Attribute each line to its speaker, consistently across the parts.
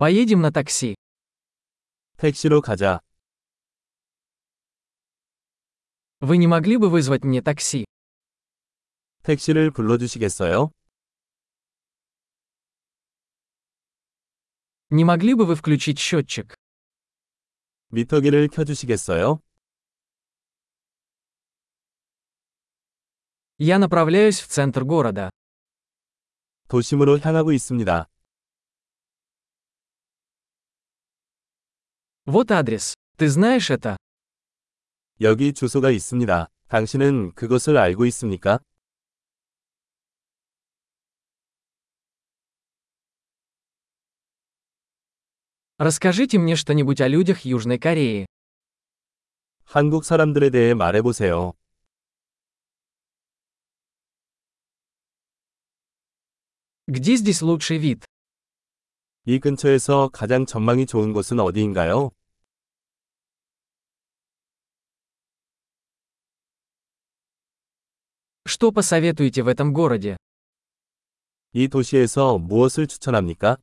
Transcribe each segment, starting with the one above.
Speaker 1: Поедем на такси.
Speaker 2: 택시로 가자.
Speaker 1: Вы не могли бы вызвать мне такси?
Speaker 2: 택시를 불러주시겠어요?
Speaker 1: Не могли бы вы включить счетчик?
Speaker 2: 미터기를 켜주시겠어요?
Speaker 1: Я направляюсь в центр города.
Speaker 2: 도심으로 향하고 있습니다.
Speaker 1: Вот адрес. Ты знаешь это?
Speaker 2: 여기 주소가 있습니다. 당신은 그것을 알고 있습니까?
Speaker 1: Расскажите мне что-нибудь о людях Южной Кореи.
Speaker 2: 한국 사람들에 대해 말해보세요.
Speaker 1: Где здесь лучший вид?
Speaker 2: 이 근처에서 가장 전망이 좋은 곳은 어디인가요?
Speaker 1: Что посоветуете в этом городе?
Speaker 2: 이 도시에서 무엇을 추천합니까?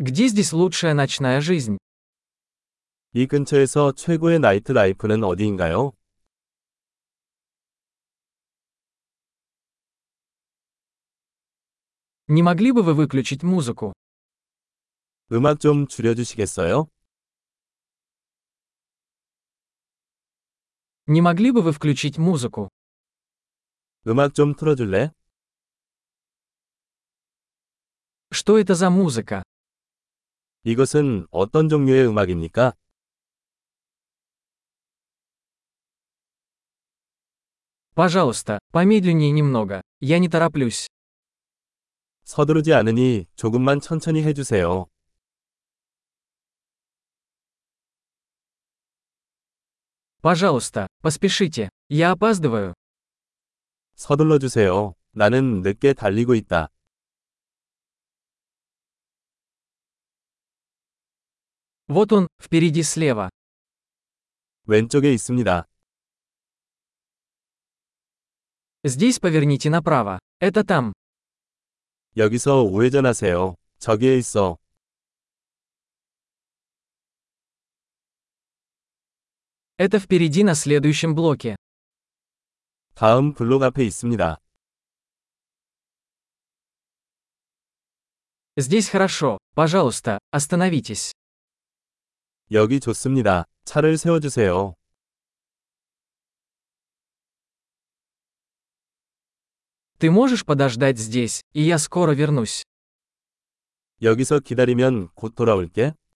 Speaker 1: Где здесь лучшая ночная жизнь?
Speaker 2: 이 근처에서 최고의 나이트 라이프는 어디인가요?
Speaker 1: Не могли бы вы выключить музыку?
Speaker 2: 음악 좀 줄여주시겠어요?
Speaker 1: Не могли бы вы включить музыку?
Speaker 2: 음악 좀 틀어줄래?
Speaker 1: Что это за музыка?
Speaker 2: 이것은 어떤 종류의 음악입니까?
Speaker 1: Пожалуйста, помедленнее немного. Я не тороплюсь.
Speaker 2: 서두르지 않으니 조금만 천천히 해주세요.
Speaker 1: Пожалуйста, поспешите. Я опаздываю.
Speaker 2: 서둘러 주세요. 나는 늦게 달리고 있다.
Speaker 1: Вот он, впереди слева.
Speaker 2: 왼쪽에 있습니다.
Speaker 1: Здесь поверните направо. Это там.
Speaker 2: 여기서 우회전하세요. 저기에 있어.
Speaker 1: Это впереди на следующем блоке.
Speaker 2: 다음 블록 앞에 있습니다.
Speaker 1: Здесь хорошо. Пожалуйста, остановитесь.
Speaker 2: 여기 좋습니다. 차를 세워주세요.
Speaker 1: Ты можешь подождать здесь, и я скоро вернусь.
Speaker 2: 여기서 기다리면 곧 돌아올게.